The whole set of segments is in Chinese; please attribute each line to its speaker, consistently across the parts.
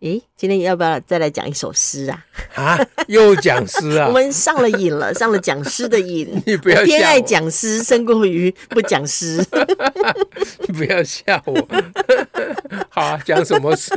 Speaker 1: 诶，今天要不要再来讲一首诗啊？
Speaker 2: 啊，又讲诗啊
Speaker 1: 我？们上了瘾了，上了讲诗的瘾。
Speaker 2: 你不要
Speaker 1: 我偏
Speaker 2: 吓
Speaker 1: 爱
Speaker 2: 我
Speaker 1: 讲诗胜过于不讲诗。
Speaker 2: 不要吓我。 好、啊，讲什 么诗？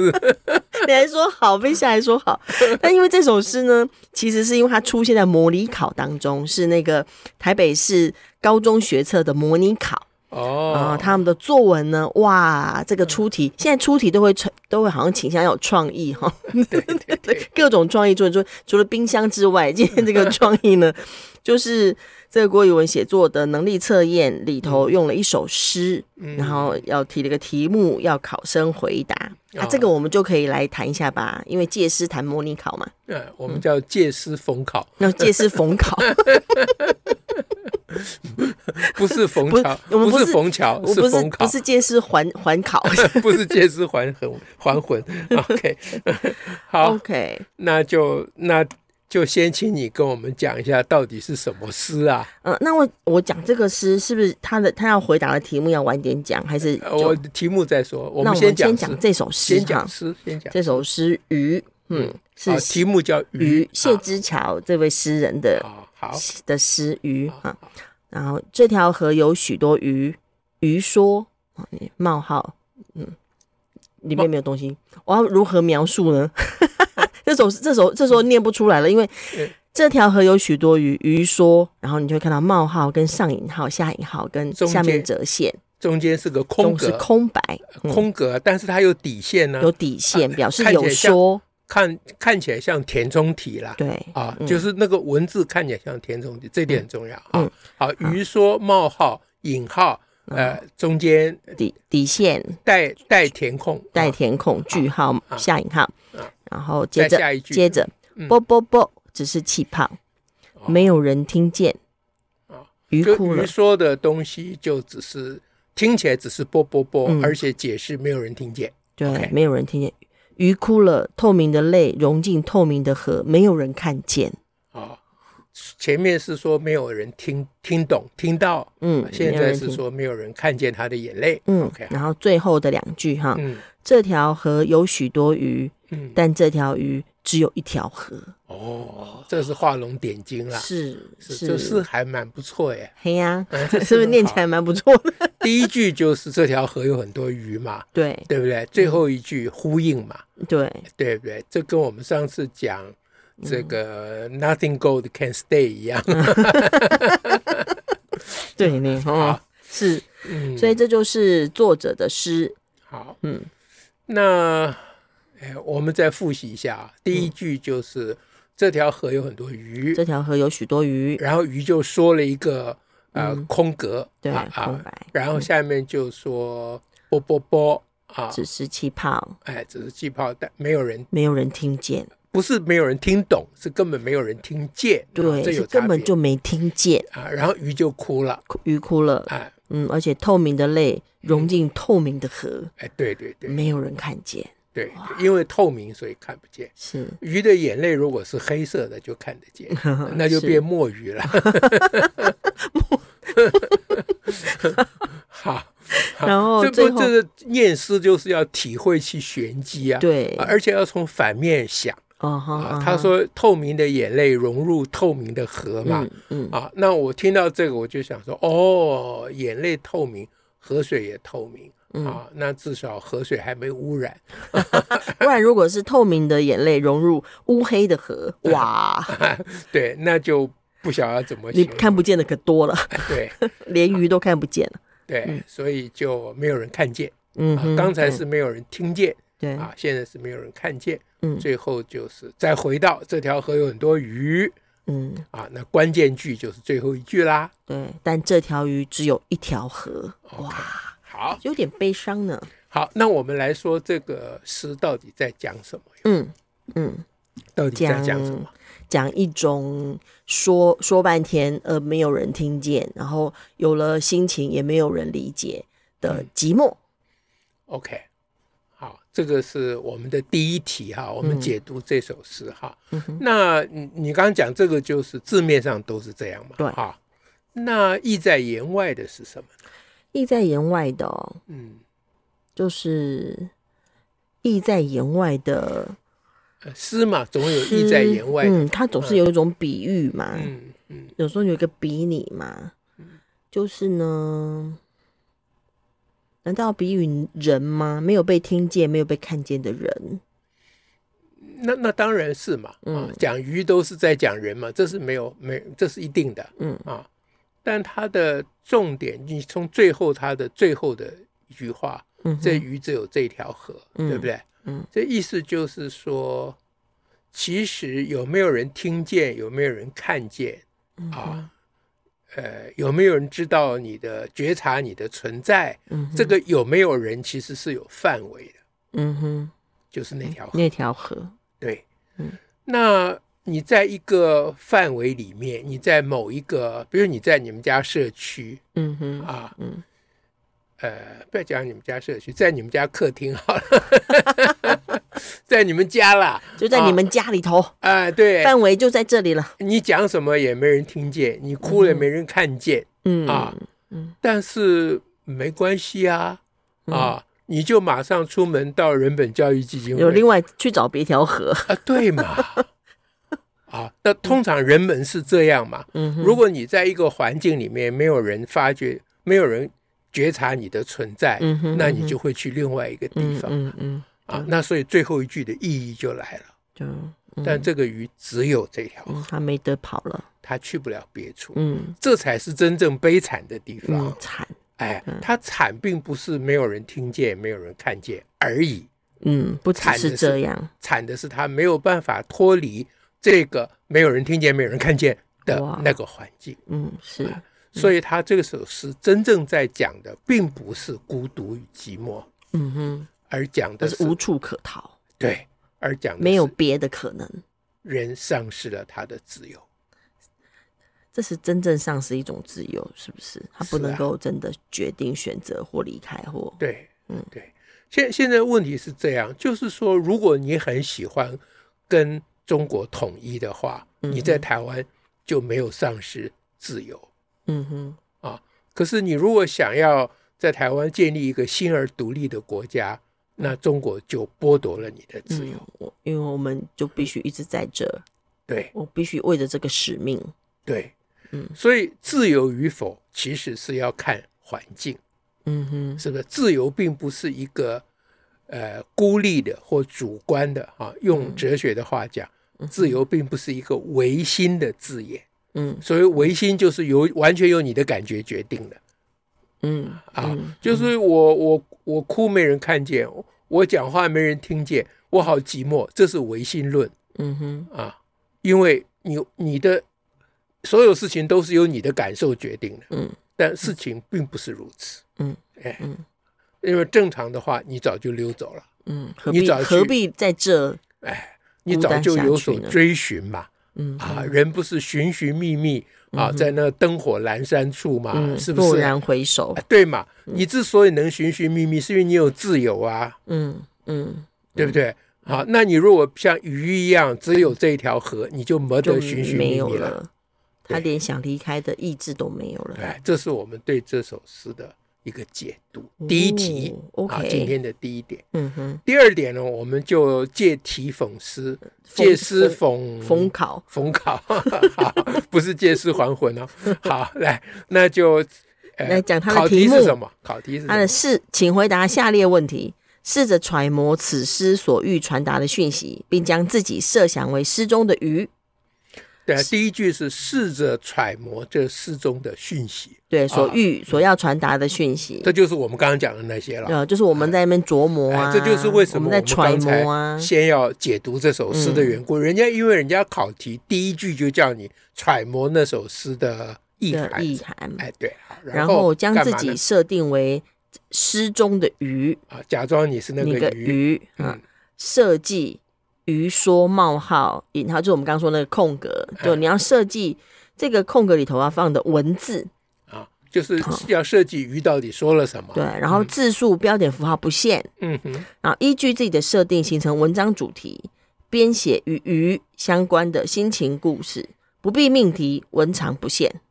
Speaker 1: 你还说好，被下来说好。但因为这首诗呢，其实是因为它出现在模拟考当中，是那个台北市高中学测的模拟考啊、
Speaker 2: 哦，
Speaker 1: 他们的作文呢，哇，这个出题现在出题都会成都会好像倾向要有创意哈、
Speaker 2: 对对 对，
Speaker 1: 各种创意作文，除除了冰箱之外，今天这个创意呢， 就是这个郭语文写作的能力测验里头用了一首诗，
Speaker 2: 嗯
Speaker 1: 然后要提了个题目，要考生回答。啊
Speaker 2: 哦，
Speaker 1: 这个我们就可以来谈一下吧，因为借诗谈模拟考嘛，
Speaker 2: 嗯，我们叫借诗 逢考，
Speaker 1: 那借诗逢 考，
Speaker 2: 不是逢
Speaker 1: 不是
Speaker 2: 桥，
Speaker 1: 我们不
Speaker 2: 不
Speaker 1: 是
Speaker 2: 是逢桥，
Speaker 1: 我不是
Speaker 2: 逢
Speaker 1: 不
Speaker 2: 考，
Speaker 1: 是借诗还还考。
Speaker 2: 不是借尸还魂 还魂。OK，好，
Speaker 1: OK，
Speaker 2: 那就那就先请你跟我们讲一下到底是什么诗啊？
Speaker 1: 嗯、那我我讲这个诗是不是他的他要回答的题目要晚点讲，还是
Speaker 2: 呃
Speaker 1: 就
Speaker 2: 我题目再说，我
Speaker 1: 那
Speaker 2: 们
Speaker 1: 我们
Speaker 2: 先讲
Speaker 1: 先
Speaker 2: 诗
Speaker 1: 讲，这首诗
Speaker 2: 先
Speaker 1: 哈
Speaker 2: 讲，诗，先讲。
Speaker 1: 这首诗《鱼》，嗯，是
Speaker 2: 好，题目叫
Speaker 1: 于
Speaker 2: 鱼。
Speaker 1: 谢之桥这位诗人的
Speaker 2: 啊，嗯好，
Speaker 1: 的诗鱼
Speaker 2: 好
Speaker 1: 啊。然后这条河有许多鱼，鱼说啊冒号，嗯，里面没有东西，我要如何描述 呢？这首这首这时候念不出来了，因为
Speaker 2: 嗯
Speaker 1: 这条河有许多鱼，鱼说，然后你就会看到冒号跟上引号、下引号跟
Speaker 2: 中
Speaker 1: 下面
Speaker 2: 间
Speaker 1: 折线，
Speaker 2: 中间是个空
Speaker 1: 中是
Speaker 2: 格，
Speaker 1: 空白，嗯
Speaker 2: 空格，但是它有底线呢，
Speaker 1: 有底线，表示
Speaker 2: 啊看起
Speaker 1: 有
Speaker 2: 来像
Speaker 1: 说，
Speaker 2: 看看起来像填充题啦。
Speaker 1: 对
Speaker 2: 啊，
Speaker 1: 嗯
Speaker 2: 就是那个文字看起来像填充题，这点很重要
Speaker 1: 嗯嗯
Speaker 2: 啊。好，鱼说冒号引号，呃，中间
Speaker 1: 底底线
Speaker 2: 带带填空，
Speaker 1: 带
Speaker 2: 啊
Speaker 1: 填空、句号、下引号，然后接
Speaker 2: 再
Speaker 1: 着
Speaker 2: 下一句
Speaker 1: 接着
Speaker 2: 嗯
Speaker 1: 啵啵啵，只是气泡，没有人听见
Speaker 2: 哦，
Speaker 1: 鱼
Speaker 2: 就
Speaker 1: 哭了
Speaker 2: 鱼，说的东西就只是听起来只是啵啵啵，
Speaker 1: 嗯
Speaker 2: 而且解释没有人听见。
Speaker 1: 对
Speaker 2: OK，
Speaker 1: 没有人听见，鱼哭了，透明的泪融进透明的河，没有人看见，
Speaker 2: 啊。前面是说没有人听听懂听到，
Speaker 1: 嗯
Speaker 2: 啊，现
Speaker 1: 没有
Speaker 2: 在
Speaker 1: 人
Speaker 2: 是
Speaker 1: 听，
Speaker 2: 说没有人看见他的眼泪。
Speaker 1: 嗯
Speaker 2: OK，，
Speaker 1: 然后最后的两句哈，
Speaker 2: 嗯
Speaker 1: 这条河有许多鱼，
Speaker 2: 嗯，
Speaker 1: 但这条鱼只有一条河，
Speaker 2: 哦，这是画龙点睛啦，
Speaker 1: 是
Speaker 2: 是这是，还蛮不错耶。
Speaker 1: 嘿呀，
Speaker 2: 嗯
Speaker 1: 是
Speaker 2: 这
Speaker 1: 不
Speaker 2: 是
Speaker 1: 是
Speaker 2: 很
Speaker 1: 念
Speaker 2: 好
Speaker 1: 起来蛮不错的？
Speaker 2: 第一句就是这条河有很多鱼嘛，
Speaker 1: 对
Speaker 2: 对不对？最后一句呼应嘛，
Speaker 1: 对，
Speaker 2: 对不对？这跟我们上次讲这个
Speaker 1: 嗯
Speaker 2: “nothing gold can stay” 一样。
Speaker 1: 对呢，哦
Speaker 2: 好，
Speaker 1: 是，
Speaker 2: 啊嗯，
Speaker 1: 所以这就是作者的诗，
Speaker 2: 好，
Speaker 1: 嗯
Speaker 2: 那哎，我们再复习一下啊。第一句就是这条河有很多鱼，
Speaker 1: 嗯这条河有许多鱼，
Speaker 2: 然后鱼就说了一个呃
Speaker 1: 嗯
Speaker 2: 空格，
Speaker 1: 对
Speaker 2: 啊，
Speaker 1: 空
Speaker 2: 啊，
Speaker 1: 白，
Speaker 2: 然后下面就说啵啵啵啊，
Speaker 1: 只是气泡，
Speaker 2: 哎，只是气泡，但没有人
Speaker 1: 没有人听见，
Speaker 2: 不是没有人听懂，是根本没有人听见，啊
Speaker 1: 对，
Speaker 2: 这
Speaker 1: 是
Speaker 2: 有差
Speaker 1: 根本
Speaker 2: 别
Speaker 1: 就没听见，
Speaker 2: 啊，然后鱼就哭了，
Speaker 1: 哭鱼哭了，
Speaker 2: 哎
Speaker 1: 嗯，而且透明的泪融进透明的河，
Speaker 2: 哎，对对对
Speaker 1: 没有人看见，
Speaker 2: 对，对因为透明所以看不见。
Speaker 1: 是，
Speaker 2: 鱼的眼泪如果是黑色的就看得见， 那就是变墨鱼了。 好，
Speaker 1: 然后
Speaker 2: 这
Speaker 1: 哦最
Speaker 2: 不
Speaker 1: 后
Speaker 2: 这个念诗就是要体会其玄机啊，
Speaker 1: 对
Speaker 2: 啊，而且要从反面想
Speaker 1: 哦哈，
Speaker 2: 啊。
Speaker 1: 啊
Speaker 2: 他
Speaker 1: 哈，
Speaker 2: 说透明的眼泪融入透明的河嘛，
Speaker 1: 嗯嗯，
Speaker 2: 啊，那我听到这个我就想说，哦，眼泪透明，河水也透明。
Speaker 1: 嗯
Speaker 2: 啊，那至少河水还没污染，
Speaker 1: 不然如果是透明的眼泪融入乌黑的 河，
Speaker 2: 啊
Speaker 1: 哇，
Speaker 2: 对，那就不晓得怎么
Speaker 1: 你
Speaker 2: 形容
Speaker 1: 看不见的可多了，
Speaker 2: 对
Speaker 1: 连鱼都看不见了，
Speaker 2: 对，所以就没有人看见。
Speaker 1: 嗯
Speaker 2: 啊
Speaker 1: 哼，
Speaker 2: 刚才
Speaker 1: 对
Speaker 2: 是没有人听见
Speaker 1: 对，
Speaker 2: 啊，现在是没有人看见。
Speaker 1: 嗯
Speaker 2: 最后就是再回到这条河有很多鱼
Speaker 1: 嗯。
Speaker 2: 啊，那关键句就是最后一句啦。
Speaker 1: 对，但这条鱼只有一条河，
Speaker 2: OK，
Speaker 1: 哇，
Speaker 2: 好
Speaker 1: 有点悲伤呢。
Speaker 2: 好，那我们来说这个诗到底在讲什么呀？
Speaker 1: 嗯，嗯，
Speaker 2: 到底在
Speaker 1: 讲
Speaker 2: 讲什么？
Speaker 1: 讲一种说说半天，呃，没有人听见，然后有了心情也没有人理解
Speaker 2: 嗯
Speaker 1: 的寂寞。
Speaker 2: OK，好，这个是我们的第一题
Speaker 1: 嗯
Speaker 2: 哈，我们解读这首诗哈。那你你刚刚讲这个就是字面上都是这样嘛？
Speaker 1: 对
Speaker 2: 哈。那意在言外的是什么？
Speaker 1: 意在言外的、哦，
Speaker 2: 嗯，
Speaker 1: 就是意在言外的
Speaker 2: 呃诗嘛，总有
Speaker 1: 诗，
Speaker 2: 意在言外的。
Speaker 1: 嗯，它总是有一种比喻嘛，
Speaker 2: 嗯嗯
Speaker 1: 有时候有一个比拟嘛，就是呢，难道比喻人吗？没有被听见、没有被看见的人，
Speaker 2: 那那当然是嘛。啊，
Speaker 1: 嗯
Speaker 2: 讲鱼都是在讲人嘛，这是没有没，这是一定的。
Speaker 1: 嗯
Speaker 2: 啊，但它的重点，你从最后它的最后的一句话，
Speaker 1: 嗯哼，
Speaker 2: 这鱼只有这条河，
Speaker 1: 嗯
Speaker 2: 对不对？
Speaker 1: 嗯，
Speaker 2: 这意思就是说，其实有没有人听见，有没有人看见
Speaker 1: 嗯
Speaker 2: 啊？呃，有没有人知道你的觉察你的存在？
Speaker 1: 嗯哼
Speaker 2: 这个有没有人其实是有范围的，
Speaker 1: 嗯哼，
Speaker 2: 就是那条河。
Speaker 1: 嗯那条河，
Speaker 2: 对，
Speaker 1: 嗯，
Speaker 2: 那你在一个范围里面，你在某一个，比如你在你们家社区
Speaker 1: 嗯哼，
Speaker 2: 啊，
Speaker 1: 嗯，
Speaker 2: 呃，不要讲你们家社区，在你们家客厅好了， 在你们家啦，
Speaker 1: 就在你们家里头，
Speaker 2: 啊、对，
Speaker 1: 范围就在这里了。
Speaker 2: 你讲什么也没人听见，你哭了也没人看见，
Speaker 1: 嗯
Speaker 2: 啊
Speaker 1: 嗯
Speaker 2: 但是没关系啊，啊，你就马上出门到人本教育基金
Speaker 1: 有
Speaker 2: 会
Speaker 1: 另外去找别条河。
Speaker 2: 啊，对嘛，啊，那通常人们是这样嘛，
Speaker 1: 嗯哼，
Speaker 2: 如果你在一个环境里面没有人发觉，没有人觉察你的存在，
Speaker 1: 嗯哼
Speaker 2: 那你就会去另外一个地
Speaker 1: 嗯
Speaker 2: 方。
Speaker 1: 嗯嗯，
Speaker 2: 啊，那所以最后一句的意义就来了。
Speaker 1: 就
Speaker 2: 哦
Speaker 1: 嗯
Speaker 2: 但这个鱼只有这条，
Speaker 1: 嗯他没得跑了。
Speaker 2: 它去不了别处，
Speaker 1: 嗯
Speaker 2: 这才是真正悲惨的地
Speaker 1: 嗯
Speaker 2: 方，。
Speaker 1: 惨。
Speaker 2: 哎，它惨并不是没有人听见、没有人看见而已，
Speaker 1: 嗯，不只
Speaker 2: 惨
Speaker 1: 是
Speaker 2: 的
Speaker 1: 这
Speaker 2: 是
Speaker 1: 样
Speaker 2: 惨的是它没有办法脱离这个没有人听见、没有人看见的
Speaker 1: 哇
Speaker 2: 那个环境。
Speaker 1: 嗯，是，
Speaker 2: 哎所以，他这首诗真正在讲的，并不是孤独与寂寞，
Speaker 1: 嗯哼，
Speaker 2: 而讲的
Speaker 1: 但
Speaker 2: 是
Speaker 1: 是无处可逃，
Speaker 2: 对，而讲的
Speaker 1: 没有
Speaker 2: 是
Speaker 1: 别的可能，
Speaker 2: 人丧失了他的自由。
Speaker 1: 这是真正丧失一种自由，是不是？他不
Speaker 2: 是
Speaker 1: 能
Speaker 2: 啊
Speaker 1: 够真的决定选择或离开或，
Speaker 2: 对，
Speaker 1: 嗯
Speaker 2: 嗯，对。现现在问题是这样，就是说，如果你很喜欢跟中国统一的话，
Speaker 1: 嗯哼
Speaker 2: 你在台湾就没有丧失自由。
Speaker 1: 嗯哼，
Speaker 2: 可是你如果想要在台湾建立一个新而独立的国家，那中国就剥夺了你的自由。
Speaker 1: 嗯，我因为我们就必须一直在这儿，
Speaker 2: 对
Speaker 1: 我必须为着这个使命，
Speaker 2: 对，
Speaker 1: 嗯
Speaker 2: 所以自由与否其实是要看环境，
Speaker 1: 嗯哼，
Speaker 2: 是不是？自由并不是一个呃孤立的或主观的啊，
Speaker 1: 嗯
Speaker 2: 用哲学的话讲，自由并不是一个唯心的字眼。
Speaker 1: 嗯
Speaker 2: 所谓唯心，就是由完全由你的感觉决定的
Speaker 1: 嗯
Speaker 2: 啊。
Speaker 1: 嗯
Speaker 2: 就是我我我哭没人看见，我讲话没人听见，我好寂寞，这是唯心论
Speaker 1: 嗯哼，
Speaker 2: 啊。因为你你的所有事情都是由你的感受决定的，
Speaker 1: 嗯
Speaker 2: 但事情并不是如此。
Speaker 1: 嗯，
Speaker 2: 哎
Speaker 1: 嗯，
Speaker 2: 因为正常的话，你早就溜走了。
Speaker 1: 嗯，何
Speaker 2: 你
Speaker 1: 必
Speaker 2: 早去
Speaker 1: 何必在这？
Speaker 2: 哎，你早就有所追寻嘛，
Speaker 1: 嗯
Speaker 2: 啊，人不是寻寻觅觅啊，在那灯火阑珊处嘛，
Speaker 1: 嗯，
Speaker 2: 是不
Speaker 1: 蓦
Speaker 2: 是？
Speaker 1: 然嗯回首
Speaker 2: 啊，对嘛，你之所以能寻寻觅觅，是因为你有自由啊，
Speaker 1: 嗯嗯，
Speaker 2: 对不对？啊，那你如果像鱼一样，只有这一条河，你就没
Speaker 1: 就
Speaker 2: 得寻寻
Speaker 1: 没
Speaker 2: 觅
Speaker 1: 有
Speaker 2: 觅了。
Speaker 1: 了，他
Speaker 2: 对
Speaker 1: 连想离开的意志都没有了。
Speaker 2: 哎，这是我们对这首诗的一个解读。第一题
Speaker 1: 哦
Speaker 2: 啊
Speaker 1: ，OK，
Speaker 2: 今天的第一点。
Speaker 1: 嗯哼，
Speaker 2: 第二点呢，我们就借题讽诗，
Speaker 1: 讽
Speaker 2: 借诗讽
Speaker 1: 逢考，
Speaker 2: 逢考，好，不是借尸还魂哦。好，来，那就、呃
Speaker 1: 来讲它的
Speaker 2: 考
Speaker 1: 题
Speaker 2: 题
Speaker 1: 目
Speaker 2: 是什么？考题是什
Speaker 1: 他的
Speaker 2: 么？
Speaker 1: 试，请回答下列问题：试着揣摩此诗所欲传达的讯息，并将自己设想为诗中的鱼。
Speaker 2: 对啊，第一句是试着揣摩这诗中的讯息，
Speaker 1: 对，所
Speaker 2: 啊
Speaker 1: 欲、所要传达的讯息
Speaker 2: 这，就是我们刚刚讲的那些了。
Speaker 1: 呃，就是我们在那边琢磨啊，
Speaker 2: 哎，这就是为什
Speaker 1: 我
Speaker 2: 么
Speaker 1: 们在揣
Speaker 2: 刚才
Speaker 1: 摩啊，嗯
Speaker 2: 先要解读这首诗的缘故。人家因为人家考题第一句就叫你揣摩那首诗的意
Speaker 1: 的
Speaker 2: 涵，
Speaker 1: 意涵，
Speaker 2: 哎，对，好
Speaker 1: 然后将
Speaker 2: 干
Speaker 1: 自
Speaker 2: 嘛
Speaker 1: 己
Speaker 2: 呢
Speaker 1: 设定为诗中的鱼，
Speaker 2: 啊，假装你是那
Speaker 1: 那
Speaker 2: 个
Speaker 1: 个
Speaker 2: 鱼，
Speaker 1: 鱼啊，设计余说冒号引号，就是我们刚刚说那个空格，
Speaker 2: 哎
Speaker 1: 就你要设计这个空格里头要放的文字，
Speaker 2: 啊，就是要设计鱼到底说了什么。
Speaker 1: 对，然后字数、标点符号不限，
Speaker 2: 嗯哼，
Speaker 1: 然后依据自己的设定形成文章主题，编写与鱼相关的心情故事，不必命题，文长不限。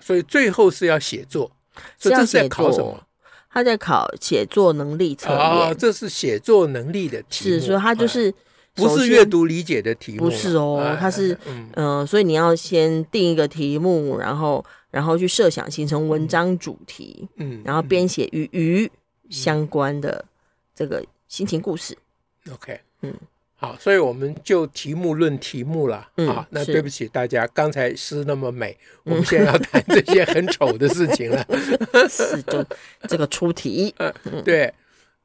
Speaker 2: 所以最后是要写作，所以
Speaker 1: 要
Speaker 2: 这是在
Speaker 1: 写
Speaker 2: 考什
Speaker 1: 作
Speaker 2: 么？，
Speaker 1: 他在考写作能力测
Speaker 2: 哦，
Speaker 1: 验，
Speaker 2: 这是写作能力的题目。
Speaker 1: 是，所以他就
Speaker 2: 哎
Speaker 1: 是
Speaker 2: 不
Speaker 1: 首
Speaker 2: 是
Speaker 1: 先
Speaker 2: 阅读理解的题目
Speaker 1: 不
Speaker 2: 了，
Speaker 1: 是哦
Speaker 2: 哎
Speaker 1: 它是
Speaker 2: 嗯
Speaker 1: 嗯，所以你要先定一个题目，然后然后去设想形成文章主题，
Speaker 2: 嗯，
Speaker 1: 然后编写与鱼相关的这个心情故 事。
Speaker 2: OK，
Speaker 1: 嗯
Speaker 2: 嗯，好，所以我们就题目论题目了、
Speaker 1: 嗯
Speaker 2: 啊。那
Speaker 1: 是嗯
Speaker 2: 对不起大家，刚才诗那么美，我们现在要谈这些很丑的事情 了。
Speaker 1: 是就这个出题，
Speaker 2: 对，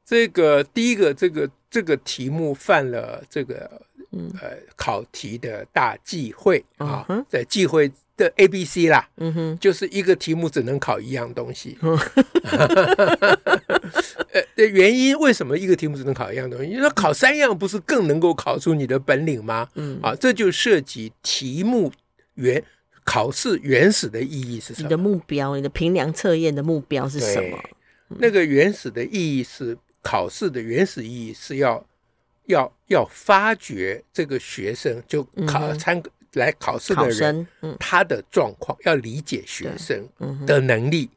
Speaker 2: 这个第一个，这个这个题目犯了这个呃考题的大忌讳啊
Speaker 1: 嗯嗯哼，
Speaker 2: 在忌讳的 A、B、C 啦，
Speaker 1: 嗯哼，
Speaker 2: 就是一个题目只能考一样东 西。
Speaker 1: 嗯
Speaker 2: 呃，的原因为什么一个题目只能考一样东西？因为考三样不是更能够考出你的本领吗？
Speaker 1: 嗯，
Speaker 2: 啊，这就涉及题目原考试原始的意义是
Speaker 1: 你
Speaker 2: 什
Speaker 1: 的
Speaker 2: 么？
Speaker 1: 目标，你的评量测验的目标是什么？
Speaker 2: 那个原始的意义是考试的原始意义是要要要发掘这个学生就考、
Speaker 1: 嗯哼
Speaker 2: 参来考试的
Speaker 1: 考
Speaker 2: 人
Speaker 1: 生，嗯
Speaker 2: 他的状况，要理解学生
Speaker 1: 嗯哼，
Speaker 2: 的能力、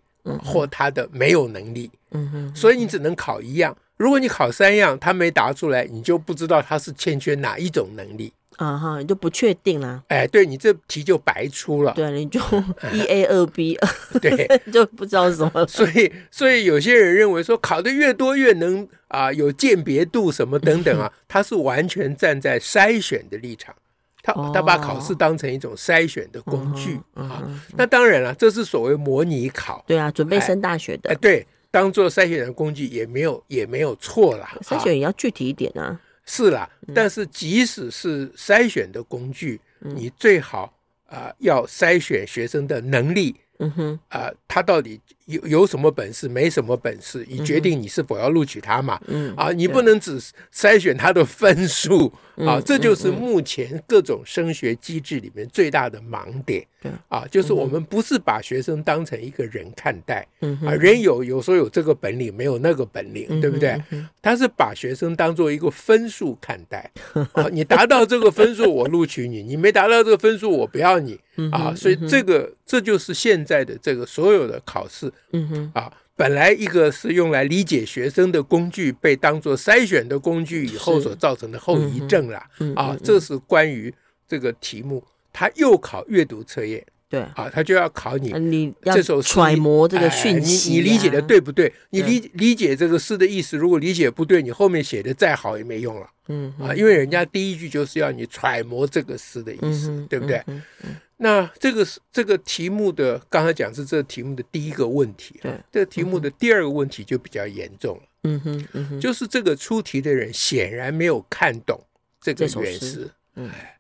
Speaker 2: 或他的没有能力，
Speaker 1: 嗯哼，
Speaker 2: 所以你只能考一样。如果你考三样，他没答出来，你就不知道他是欠缺哪一种能力。
Speaker 1: 啊哈，你就不确定啦。
Speaker 2: 哎，对你这题就白出了。
Speaker 1: 对，啊你就 一 A 二 B，
Speaker 2: 对，
Speaker 1: 就不知道是什么了。
Speaker 2: 所以，所以有些人认为说考的越多越能啊、有鉴别度什么等等啊，他是完全站在筛选的立场，他
Speaker 1: 哦
Speaker 2: 他把考试当成一种筛选的工具、
Speaker 1: 嗯哼嗯
Speaker 2: 啊。那当然了，这是所谓模拟考，
Speaker 1: 对啊，准备
Speaker 2: 哎
Speaker 1: 升大学
Speaker 2: 哎，
Speaker 1: 的
Speaker 2: 对，当做筛选的工具也没有也没有错啦。
Speaker 1: 筛
Speaker 2: 啊
Speaker 1: 选也要具体一点啊。
Speaker 2: 是啦，但是即使是筛选的工具，
Speaker 1: 嗯
Speaker 2: 你最好啊、要筛选学生的能力，
Speaker 1: 嗯哼，
Speaker 2: 啊，他到底有有什么本事，没什么本事，以决定你是否要录取他嘛。
Speaker 1: 嗯
Speaker 2: 啊，你不能只筛选他的分数
Speaker 1: 嗯
Speaker 2: 啊，这就是目前各种升学机制里面最大的盲点
Speaker 1: 对。
Speaker 2: 啊，就是我们不是把学生当成一个人看待
Speaker 1: 嗯哼
Speaker 2: 啊，人有有时候有这个本领，没有那个本
Speaker 1: 嗯
Speaker 2: 领，对不对
Speaker 1: 嗯？哼
Speaker 2: 他是把学生当做一个分数看 待啊，你达到这个分数我录取你，你没达到这个分数我不要你
Speaker 1: 嗯
Speaker 2: 啊，所以这个这就是现在的这个所有的考试
Speaker 1: 嗯哼，
Speaker 2: 啊，本来一个是用来理解学生的工具，被当做筛选的工具以后
Speaker 1: 是
Speaker 2: 所造成的后遗症啦
Speaker 1: 嗯哼
Speaker 2: 啊，这是关于这个题目，他又考阅读测验
Speaker 1: 对，
Speaker 2: 啊，他就要考你
Speaker 1: 啊你要
Speaker 2: 这首诗
Speaker 1: 揣摩这个
Speaker 2: 哎
Speaker 1: 讯息、啊
Speaker 2: 你你理解的，对不对？你
Speaker 1: 对
Speaker 2: 理理解这个诗的意思，如果理解不对，你后面写的再好也没用了
Speaker 1: 嗯哼
Speaker 2: 啊，因为人家第一句就是要你揣摩这个诗的意
Speaker 1: 嗯
Speaker 2: 思，
Speaker 1: 哼，
Speaker 2: 对不对？
Speaker 1: 嗯哼？
Speaker 2: 那这个是这个题目的，刚才讲是这个题目的第一个问题、啊
Speaker 1: 对，
Speaker 2: 这个题目的第二个问题就比较严重了，
Speaker 1: 嗯哼，嗯哼，
Speaker 2: 就是这个出题的人显然没有看懂这个
Speaker 1: 这首
Speaker 2: 原
Speaker 1: 诗
Speaker 2: 诗，
Speaker 1: 嗯
Speaker 2: 哎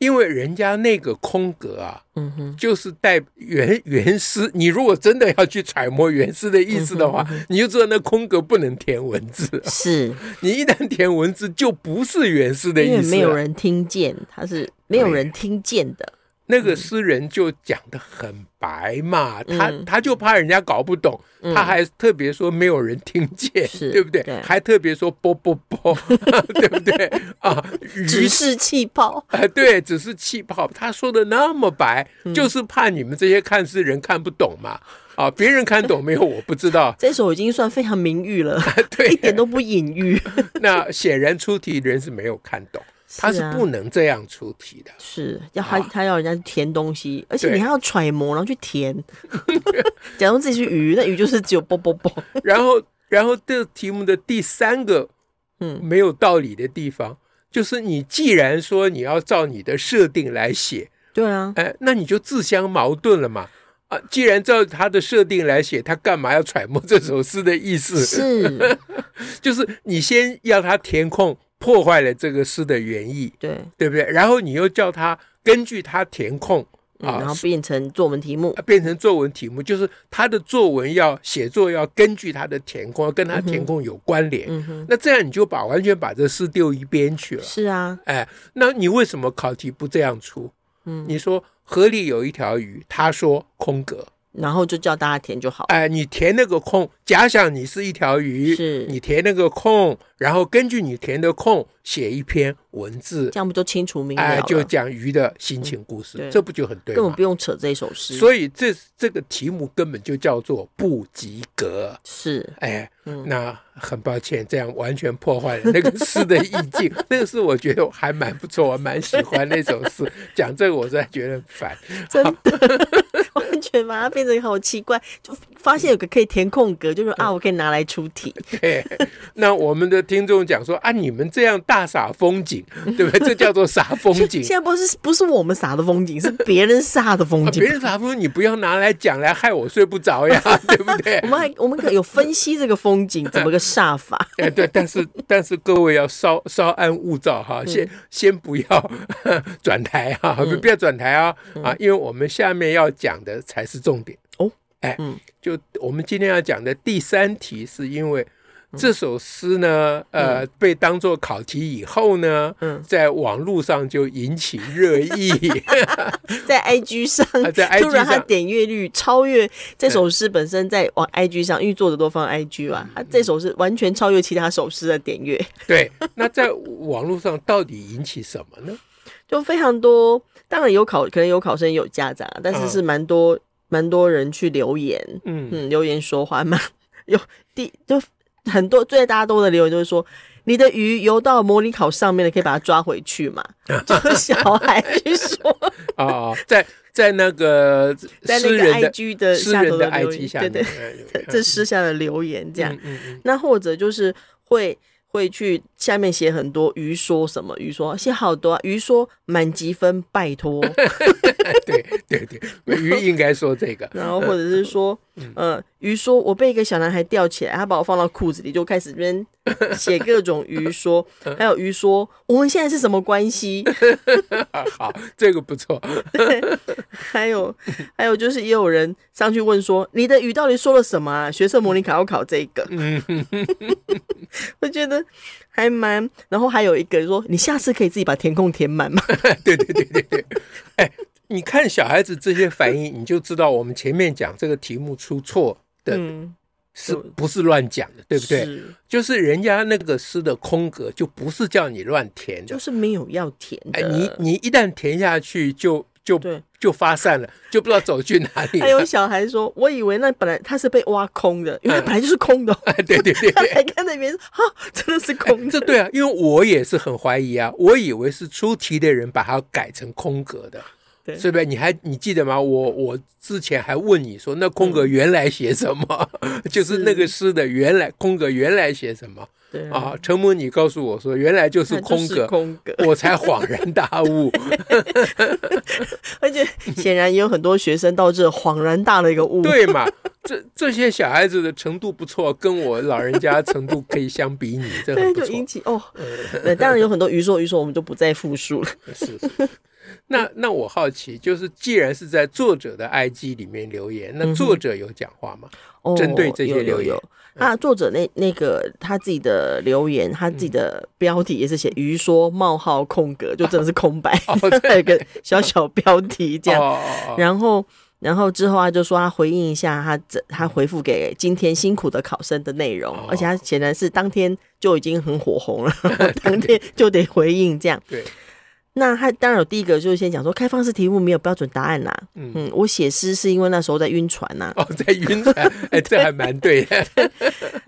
Speaker 2: 因为人家那个空格啊，
Speaker 1: 嗯哼，
Speaker 2: 就是代原原诗。你如果真的要去揣摩原诗的意思的
Speaker 1: 嗯
Speaker 2: 话，你就知道那空格不能填文字。
Speaker 1: 是
Speaker 2: 你一旦填文字，就不是啊原诗的
Speaker 1: 因为
Speaker 2: 意思了。
Speaker 1: 没有人听见，他是没有人听见的，
Speaker 2: 那个诗人就讲的很白嘛，他
Speaker 1: 嗯
Speaker 2: 他就怕人家搞不懂，
Speaker 1: 嗯
Speaker 2: 他还特别说没有人听见，
Speaker 1: 是
Speaker 2: 对不对？
Speaker 1: 对
Speaker 2: 还特别说啵啵 啵，对不对？啊，
Speaker 1: 只
Speaker 2: 于是。
Speaker 1: 是气泡。
Speaker 2: 哎，对，只是气泡。他说的那么白，
Speaker 1: 嗯
Speaker 2: 就是怕你们这些看诗人看不懂嘛。啊，别人看懂没有？我不知道。
Speaker 1: 这首已经算非常明喻了， 一点都不隐喻。
Speaker 2: 那显然出题人是没有看懂，他是
Speaker 1: 啊
Speaker 2: 不能这样出题的。
Speaker 1: 是要他
Speaker 2: 啊
Speaker 1: 他要人家填东西，而且
Speaker 2: 对
Speaker 1: 你还要揣摩，然后去填， 假装自己是鱼，那鱼就是只有啵啵啵。
Speaker 2: 然后，然后这题目的第三个，
Speaker 1: 嗯
Speaker 2: 没有道理的地方，就是你既然说你要照你的设定来写，
Speaker 1: 对啊，
Speaker 2: 哎，那你就自相矛盾了嘛。啊，既然照他的设定来写，他干嘛要揣摩这首诗的意 思？
Speaker 1: 是，
Speaker 2: 就是你先要他填空，破坏了这个诗的原意，
Speaker 1: 对，
Speaker 2: 对不对？然后你又叫他根据他填空
Speaker 1: 嗯
Speaker 2: 啊
Speaker 1: 然后变成作文题目
Speaker 2: 啊，变成作文题目，就是他的作文要写作要根据他的填空，跟他填空有关联。
Speaker 1: 嗯哼，
Speaker 2: 那这样你就把完全把这事丢一边去了。
Speaker 1: 是啊，
Speaker 2: 哎，那你为什么考题不这样出？
Speaker 1: 嗯，
Speaker 2: 你说河里有一条鱼，他说空格，
Speaker 1: 然后就叫大家填就好，
Speaker 2: 哎，你填那个空，假想你是一条鱼，
Speaker 1: 是
Speaker 2: 你填那个空，然后根据你填的空写一篇文字，
Speaker 1: 这样不就清楚明了
Speaker 2: 哎
Speaker 1: 了，？
Speaker 2: 就讲鱼的心情故
Speaker 1: 嗯
Speaker 2: 事，
Speaker 1: 对
Speaker 2: 这不就很对
Speaker 1: 根本
Speaker 2: 吗
Speaker 1: 不？用扯这首诗，
Speaker 2: 所以这这个题目根本就叫做不及格。
Speaker 1: 是
Speaker 2: 哎，
Speaker 1: 嗯
Speaker 2: 那很抱歉，这样完全破坏了那个诗的意境。那个诗我觉得还蛮不错，我蛮喜欢那首诗。讲这个我实在觉得很烦。
Speaker 1: 真的 完全把它变成好奇怪，就发现有个可以填空格，就是啊，我可以拿来出题，
Speaker 2: 对，哎那我们的听众讲说啊，你们这样大撒风景，对不对？这叫做撒风 景
Speaker 1: 现。在不是不是我们撒的风景，是别人撒的风
Speaker 2: 啊
Speaker 1: 景
Speaker 2: 别。人撒风景，你不要拿来讲来害我睡不着呀，对不对
Speaker 1: 我？们还我们可有分析这个风景怎么个煞法，
Speaker 2: 哎，对，但是但是各位要稍稍安勿躁
Speaker 1: 嗯
Speaker 2: 哈，先先不要 转台哈，不不要转台啊啊，因为我们下面要讲的才是重点
Speaker 1: 嗯哦。
Speaker 2: 哎
Speaker 1: 嗯，
Speaker 2: 就我们今天要讲的第三题，是因为
Speaker 1: 嗯
Speaker 2: 这首诗呢，呃，被当做考题以后呢
Speaker 1: 嗯，
Speaker 2: 在网络上就引起热 议。
Speaker 1: 在 IG 上，
Speaker 2: 啊在 IG
Speaker 1: 突然它
Speaker 2: 上
Speaker 1: 点阅率超越这首诗本身在往 IG 上，因为作者都放 IG 啊，它这首诗完全超越其他首诗的点阅，
Speaker 2: 对，那在网络上到底引起什么呢？
Speaker 1: 就非常多。当然有考，可能有考生有家长，但是
Speaker 2: 嗯
Speaker 1: 是蛮多蛮多人去留言，
Speaker 2: 嗯，
Speaker 1: 嗯，留言说话嘛，有第就很多最大多的留言就是说，你的鱼游到模拟考上面了，可以把它抓回去 嘛？就是小孩去说，
Speaker 2: 啊， 在在那个
Speaker 1: 哦在那
Speaker 2: 诗
Speaker 1: 个
Speaker 2: 人的
Speaker 1: IG 的
Speaker 2: 私
Speaker 1: 下
Speaker 2: 人
Speaker 1: 头
Speaker 2: 的
Speaker 1: 留言
Speaker 2: IG，下
Speaker 1: 对
Speaker 2: 面，
Speaker 1: 对，
Speaker 2: 对
Speaker 1: 这私下的留言这样。
Speaker 2: 嗯嗯
Speaker 1: 那或者就是会会去下面写很多鱼说什么鱼说写好多、啊、鱼说满积分拜托，
Speaker 2: 嗯，对对 对，鱼应该说这个，
Speaker 1: 然后或者是说呃鱼说我被一个小男孩吊起来，他把我放到裤子里，就开始这边写各种鱼说，还有鱼说我们现在是什么关系？
Speaker 2: 啊好，这个不错，
Speaker 1: 还有还有就是也有人上去问说你的鱼到底说了什么啊？学测模拟考要考这个，
Speaker 2: 嗯，
Speaker 1: 我觉得还蛮。然后还有一个说你下次可以自己把填空填满吗？
Speaker 2: 对对对对对，哎，你看小孩子这些反应，你就知道我们前面讲这个题目出错的
Speaker 1: 嗯，
Speaker 2: 是不是乱讲的，对不对？
Speaker 1: 是
Speaker 2: 就是人家那个诗的空格，就不是叫你乱填
Speaker 1: 就
Speaker 2: 的，
Speaker 1: 是没有要填
Speaker 2: 哎，
Speaker 1: 的。
Speaker 2: 你你一旦填下去就就
Speaker 1: 对哎
Speaker 2: 就发散了，就不知道走去哪里
Speaker 1: 还有
Speaker 2: 了，
Speaker 1: 小孩说，我以为那本来它是被挖空的，因为它本来就是空的哦。
Speaker 2: 哎， 对对对
Speaker 1: 他
Speaker 2: 对。
Speaker 1: 还看那边说，哈，真的是 空
Speaker 2: 这
Speaker 1: 的。
Speaker 2: 对啊，因为我也是很怀疑啊，我以为是出题的人把它改成空格的，
Speaker 1: 对
Speaker 2: 哎是不是？你还你记得吗？我我之前还问你说，那空格原来写什么？ 就是那个诗的原来空格原来写什么
Speaker 1: 对啊，
Speaker 2: 啊？陈母，你告诉我说，原来就是
Speaker 1: 它就
Speaker 2: 空格，
Speaker 1: 空格。
Speaker 2: 我才恍然大 悟。
Speaker 1: 而且显然也有很多学生到这恍然大了一个悟。
Speaker 2: 对嘛？这这些小孩子的程度不错，跟我老人家程度可以相比拟，这很
Speaker 1: 对，
Speaker 2: 不
Speaker 1: 就
Speaker 2: 错
Speaker 1: 引。起 哦，对，当然有很多鱼说鱼说，我们就不再复述了。
Speaker 2: 是是。是那那我好奇，就是既然是在作者的 IG 里面留言，
Speaker 1: 嗯
Speaker 2: 那作者有讲话吗？
Speaker 1: 哦，
Speaker 2: 针对这些
Speaker 1: 有
Speaker 2: 留言嗯
Speaker 1: 有有那作者那那个他自己的留言，他自己的标题也是写“鱼说冒号空 格”，就真的是空白， 还有一个小小标题这样。
Speaker 2: 哦哦哦
Speaker 1: 然后，然后之后他就说他回应一下他这他回复给今天辛苦的考生的内容，
Speaker 2: 哦
Speaker 1: 而且他显然是当天就已经很火 红了，然后当天就得回应这样。
Speaker 2: 对，
Speaker 1: 那他当然有第一个就是先讲说开放式题目没有标准答案啦、
Speaker 2: 嗯
Speaker 1: 嗯我写诗是因为那时候在晕船呐、
Speaker 2: 哦，在晕船，哎，这还蛮对的。嗯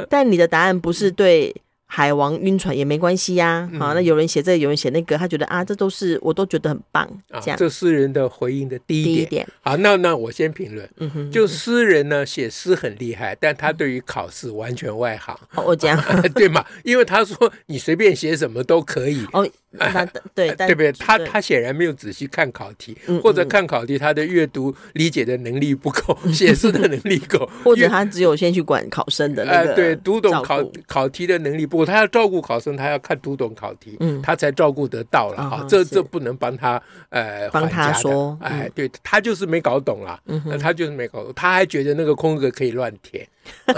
Speaker 1: 但你的答案不是对。海王晕船也没关系呀、
Speaker 2: 嗯
Speaker 1: 好、那有人写这个，有人写那个，他觉得啊，这都是我都觉得很棒，
Speaker 2: 啊
Speaker 1: 这样、
Speaker 2: 这诗人的回应的第
Speaker 1: 第
Speaker 2: 一
Speaker 1: 一
Speaker 2: 点。
Speaker 1: 点，
Speaker 2: 好，那那我先评论。
Speaker 1: 嗯哼，
Speaker 2: 就诗人呢，写诗很厉害，但他对于考试完全外行，
Speaker 1: 哦我这样，
Speaker 2: 对吗？因为他说你随便写什么都可以，
Speaker 1: 哦，那对， 但
Speaker 2: 对不对？他
Speaker 1: 对
Speaker 2: 他显然没有仔细看考题，
Speaker 1: 嗯
Speaker 2: 或者看考题他的阅读理解的能力不 够，写诗的能力够，
Speaker 1: 或者
Speaker 2: 阅
Speaker 1: 他只有先去管考生的那
Speaker 2: 呃
Speaker 1: 个
Speaker 2: 对读懂考
Speaker 1: 照顾
Speaker 2: 考题的能力不不过他要照顾考生，他要看读懂考题，
Speaker 1: 嗯
Speaker 2: 他才照顾得到了
Speaker 1: 啊
Speaker 2: 哈
Speaker 1: 哈。
Speaker 2: 这
Speaker 1: 是
Speaker 2: 这不能帮他呃
Speaker 1: 帮
Speaker 2: 还
Speaker 1: 他
Speaker 2: 价的
Speaker 1: 说嗯
Speaker 2: 哎，对他就是没搞懂啦，那他就是没搞懂，他还觉得那个空格可以乱填，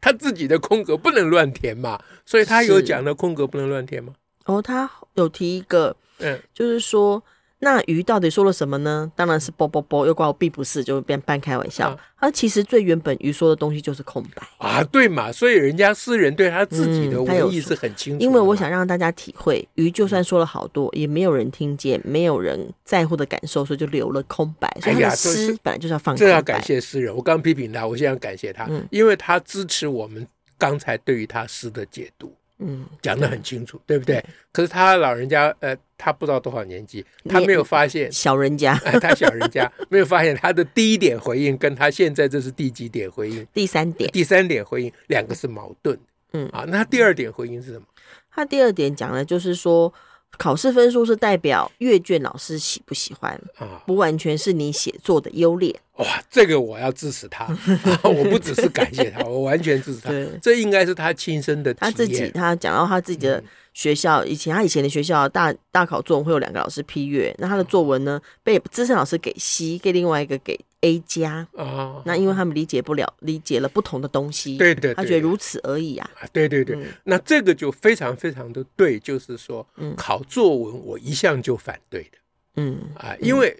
Speaker 2: 他自己的空格不能乱填嘛，所以他有
Speaker 1: 是
Speaker 2: 讲的空格不能乱填吗？
Speaker 1: 哦，他有提一个，
Speaker 2: 嗯，
Speaker 1: 就是说，那鱼到底说了什么呢？当然是啵啵啵，又怪我并不是，就变半开玩笑
Speaker 2: 啊。
Speaker 1: 他、其实最原本鱼说的东西就是空白，
Speaker 2: 啊，对嘛，所以人家诗人对他自己的
Speaker 1: 嗯他有
Speaker 2: 文意
Speaker 1: 说
Speaker 2: 是很清楚的嘛，嗯
Speaker 1: 因为我想让大家体会，鱼就算说了好多，也没有人听见，没有人在乎的感受，所以就留了空白。所以
Speaker 2: 哎
Speaker 1: 他
Speaker 2: 呀
Speaker 1: 的
Speaker 2: 这是
Speaker 1: 诗本来就是要放空
Speaker 2: 这
Speaker 1: 白。
Speaker 2: 要感谢诗人，我刚批评他，我现在要感谢他，
Speaker 1: 嗯
Speaker 2: 因为他支持我们刚才对于他诗的解读，
Speaker 1: 嗯，
Speaker 2: 讲得很清楚，对不对？可是他老人家，呃，他不知道多少年纪，他
Speaker 1: 也，
Speaker 2: 没有发现
Speaker 1: 小人家
Speaker 2: 哎，他小人家没有发现他的第一点回应跟他现在这是第几点回应，
Speaker 1: 第三 点，
Speaker 2: 第三点回应两个是矛盾的，
Speaker 1: 嗯
Speaker 2: 啊，那他第二点回应是什么？
Speaker 1: 他第二点讲的就是说，考试分数是代表阅卷老师喜不喜欢，
Speaker 2: 啊，
Speaker 1: 不完全是你写作的优劣。
Speaker 2: 哇，这个我要支持他，啊我不只是感谢他，我完全支持他，
Speaker 1: 对
Speaker 2: 这应该是他亲身的体
Speaker 1: 他
Speaker 2: 验。
Speaker 1: 自己，他讲到他自己
Speaker 2: 嗯
Speaker 1: 的学校，以前他以前的学校大大考作文会有两个老师批阅，那他的作文呢
Speaker 2: 哦
Speaker 1: 被资深老师给 C，给另外一个给 A 加。
Speaker 2: 啊，
Speaker 1: 那因为他们理解不了，理解了不同的东西，
Speaker 2: 对对对
Speaker 1: 他觉得如此而已啊。
Speaker 2: 啊，对对对，
Speaker 1: 嗯
Speaker 2: 那这个就非常非常的对，就是说，
Speaker 1: 嗯
Speaker 2: 考作文我一向就反对的
Speaker 1: 嗯，
Speaker 2: 啊，因为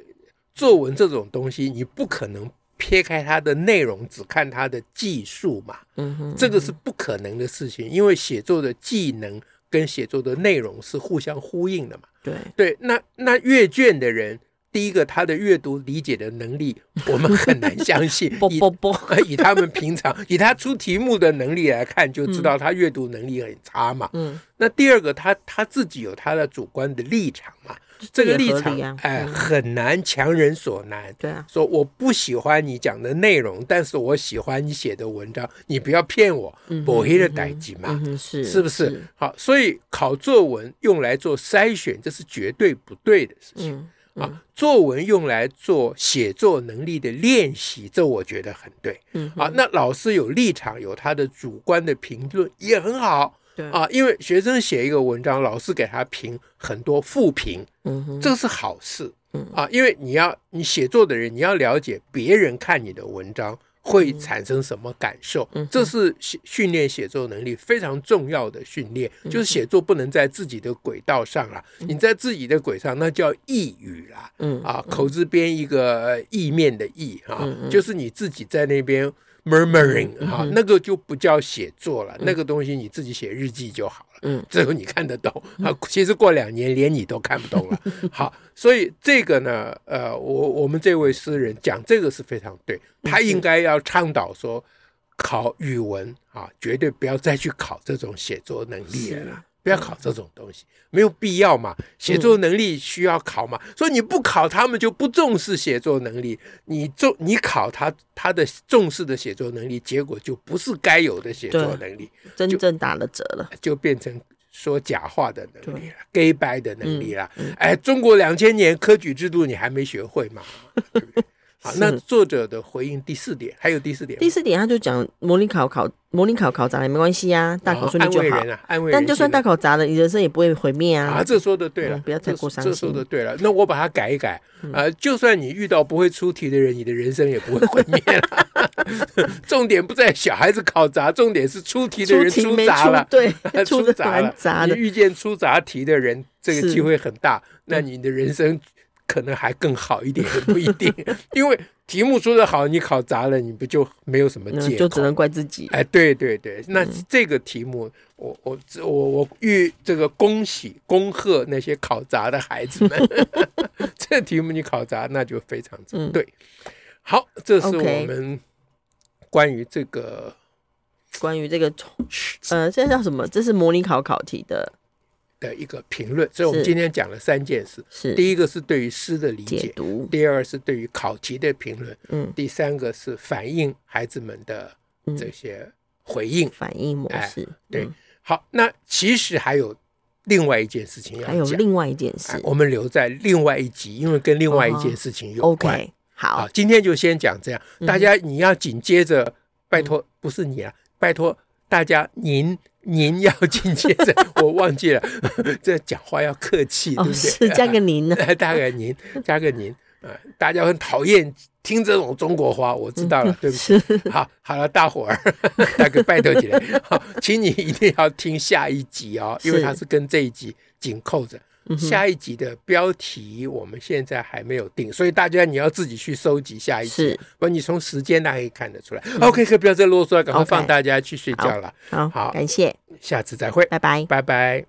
Speaker 2: 作文这种东西，你不可能撇开它的内容，只看它的技术嘛，
Speaker 1: 嗯哼，
Speaker 2: 这个是不可能的事情，因为写作的技能跟写作的内容是互相呼应的嘛。
Speaker 1: 对，
Speaker 2: 对，那那阅卷的人，第一个他的阅读理解的能力，我们很难
Speaker 1: ，
Speaker 2: 相信
Speaker 1: 啵
Speaker 2: 以
Speaker 1: 啵啵，
Speaker 2: 以他们平常以他出题目的能力来看，就知道他阅读能力很差嘛。
Speaker 1: 嗯，
Speaker 2: 那第二个，他他自己有他的主观的立场嘛，这个立
Speaker 1: 也合
Speaker 2: 场
Speaker 1: 理啊
Speaker 2: 哎、
Speaker 1: 嗯
Speaker 2: 很难强人所难。
Speaker 1: 对啊，
Speaker 2: 说我不喜欢你讲的内容，但是我喜欢你写的文章，你不要骗我，
Speaker 1: 嗯
Speaker 2: 抹
Speaker 1: 哼
Speaker 2: 黑的代际嘛。
Speaker 1: 嗯哼，是
Speaker 2: 是不是？好，所以考作文用来做筛选，这是绝对不对的事情、
Speaker 1: 嗯
Speaker 2: 啊。作文用来做写作能力的练习，这我觉得很对。
Speaker 1: 嗯
Speaker 2: 啊，那老师有立场，有他的主观的评论也很好
Speaker 1: 对，
Speaker 2: 啊，因为学生写一个文章，老师给他评很多负评，
Speaker 1: 嗯哼，
Speaker 2: 这个是好事
Speaker 1: 嗯
Speaker 2: 啊，因为你要你写作的人，你要了解别人看你的文章会产生什么感受
Speaker 1: 嗯嗯哼，
Speaker 2: 这是写训练写作能力非常重要的训练，
Speaker 1: 嗯
Speaker 2: 就是写作不能在自己的轨道上啦，你在自己的轨上那叫抑语啦，
Speaker 1: 嗯
Speaker 2: 啊，口字边一个呃意面的意啊
Speaker 1: 嗯嗯，
Speaker 2: 就是你自己在那边 murmuring
Speaker 1: 嗯
Speaker 2: 啊
Speaker 1: 嗯，
Speaker 2: 那个就不叫写作了，那个东西你自己写日记就好了。
Speaker 1: 嗯，
Speaker 2: 最后你看得懂啊，其实过两年连你都看不懂了。好，所以这个呢，呃，我我们这位诗人讲这个是非常对，他应该要倡导说，考语文啊，绝对不要再去考这种写作能力了啦。不要考这种东西，没有必要嘛。写作能力需要考嘛，所以你不考，他们就不重视写作能力。你重你考他，他的重视的写作能力，结果就不是该有的写作能力，
Speaker 1: 真正打了折了，
Speaker 2: 就变成说假话的能力了，gay 白的能力了。
Speaker 1: 嗯嗯
Speaker 2: 哎，中国两千年科举制度你还没学会嘛？ 对不 对？好，
Speaker 1: 是
Speaker 2: 那作者的回应第四点，还有第四点吗，
Speaker 1: 第四点，他就讲模拟考考模拟考考砸了也没关系啊，大考
Speaker 2: 哦
Speaker 1: 顺利就
Speaker 2: 安慰
Speaker 1: 好。
Speaker 2: 人啊，安慰人
Speaker 1: 但就算
Speaker 2: 心啊
Speaker 1: 大考砸了，你人生也不会毁灭
Speaker 2: 啊，
Speaker 1: 啊。
Speaker 2: 这说的对了，
Speaker 1: 嗯不要太过伤
Speaker 2: 这这说
Speaker 1: 心嗯
Speaker 2: 的对了，那我把它改一改，啊，就算你遇到不会出题的人，你的人生也不会毁灭了。 重点不在小孩子考砸，重点是出题的
Speaker 1: 出
Speaker 2: 人
Speaker 1: 题没
Speaker 2: 砸
Speaker 1: 出
Speaker 2: 了，，
Speaker 1: 对 出
Speaker 2: 出
Speaker 1: 的
Speaker 2: 砸
Speaker 1: 蛮
Speaker 2: 了。
Speaker 1: 砸
Speaker 2: 你
Speaker 1: 的。
Speaker 2: 遇见出砸题的人，这个
Speaker 1: 是
Speaker 2: 机会很大，那你的人生可能还更好一点，也不一定， 因为题目出的好，你考砸了，你不就没有什么
Speaker 1: 嗯
Speaker 2: 借口？
Speaker 1: 就只能嗯怪自己。
Speaker 2: 哎，对对对，那这个题目，我我我我预这个恭喜恭贺那些考砸的孩子 们，这题目你考砸，那就非常之
Speaker 1: 嗯
Speaker 2: 对。好，这是
Speaker 1: OK
Speaker 2: 我们关于这个
Speaker 1: 关于这个，呃，这叫什么？这是模拟考考题的，
Speaker 2: 的一个评论，所以我们
Speaker 1: 是
Speaker 2: 今天讲了三件事：
Speaker 1: 是
Speaker 2: 第一个是对于诗的理
Speaker 1: 解
Speaker 2: 解，
Speaker 1: 读。
Speaker 2: 第二是对于考题的评论，
Speaker 1: 嗯，
Speaker 2: 第三个是反映孩子们的
Speaker 1: 嗯
Speaker 2: 这些回应。
Speaker 1: 反应模式。
Speaker 2: 哎对
Speaker 1: 嗯，
Speaker 2: 好，那其实还有另外一件事情要
Speaker 1: 还有
Speaker 2: 讲。
Speaker 1: 另外一件
Speaker 2: 哎
Speaker 1: 事。
Speaker 2: 我们留在另外一集，因为跟另外一件事情有啊关。
Speaker 1: 哦 OK，好
Speaker 2: 好，，今天就先讲这样，
Speaker 1: 嗯
Speaker 2: 大家你要紧接着，拜托，不是你啊，拜托。大家您您要进阶 者，我忘记了， 这讲话要客气，对
Speaker 1: 哦，
Speaker 2: 不对？
Speaker 1: 是加个您呢，
Speaker 2: 哎，大概您加个您啊、呃大家很讨厌听这种中国话，我知道
Speaker 1: 嗯
Speaker 2: 了，对不
Speaker 1: 是
Speaker 2: 起。好，好了，大伙儿， 大哥拜托起来，好，请你一定要听下一集哦，因为
Speaker 1: 是
Speaker 2: 它是跟这一集紧扣着。
Speaker 1: 嗯哼
Speaker 2: 下一集的标题我们现在还没有定，所以大家你要自己去收集下一集
Speaker 1: 是。嗯
Speaker 2: 不然你从时间大家可以看得出来。OK，可以不要再啰嗦了，赶快
Speaker 1: OK
Speaker 2: 放大家去睡觉了。
Speaker 1: 好，
Speaker 2: 好
Speaker 1: 感谢，
Speaker 2: 下次再会，
Speaker 1: 拜拜。
Speaker 2: 拜拜。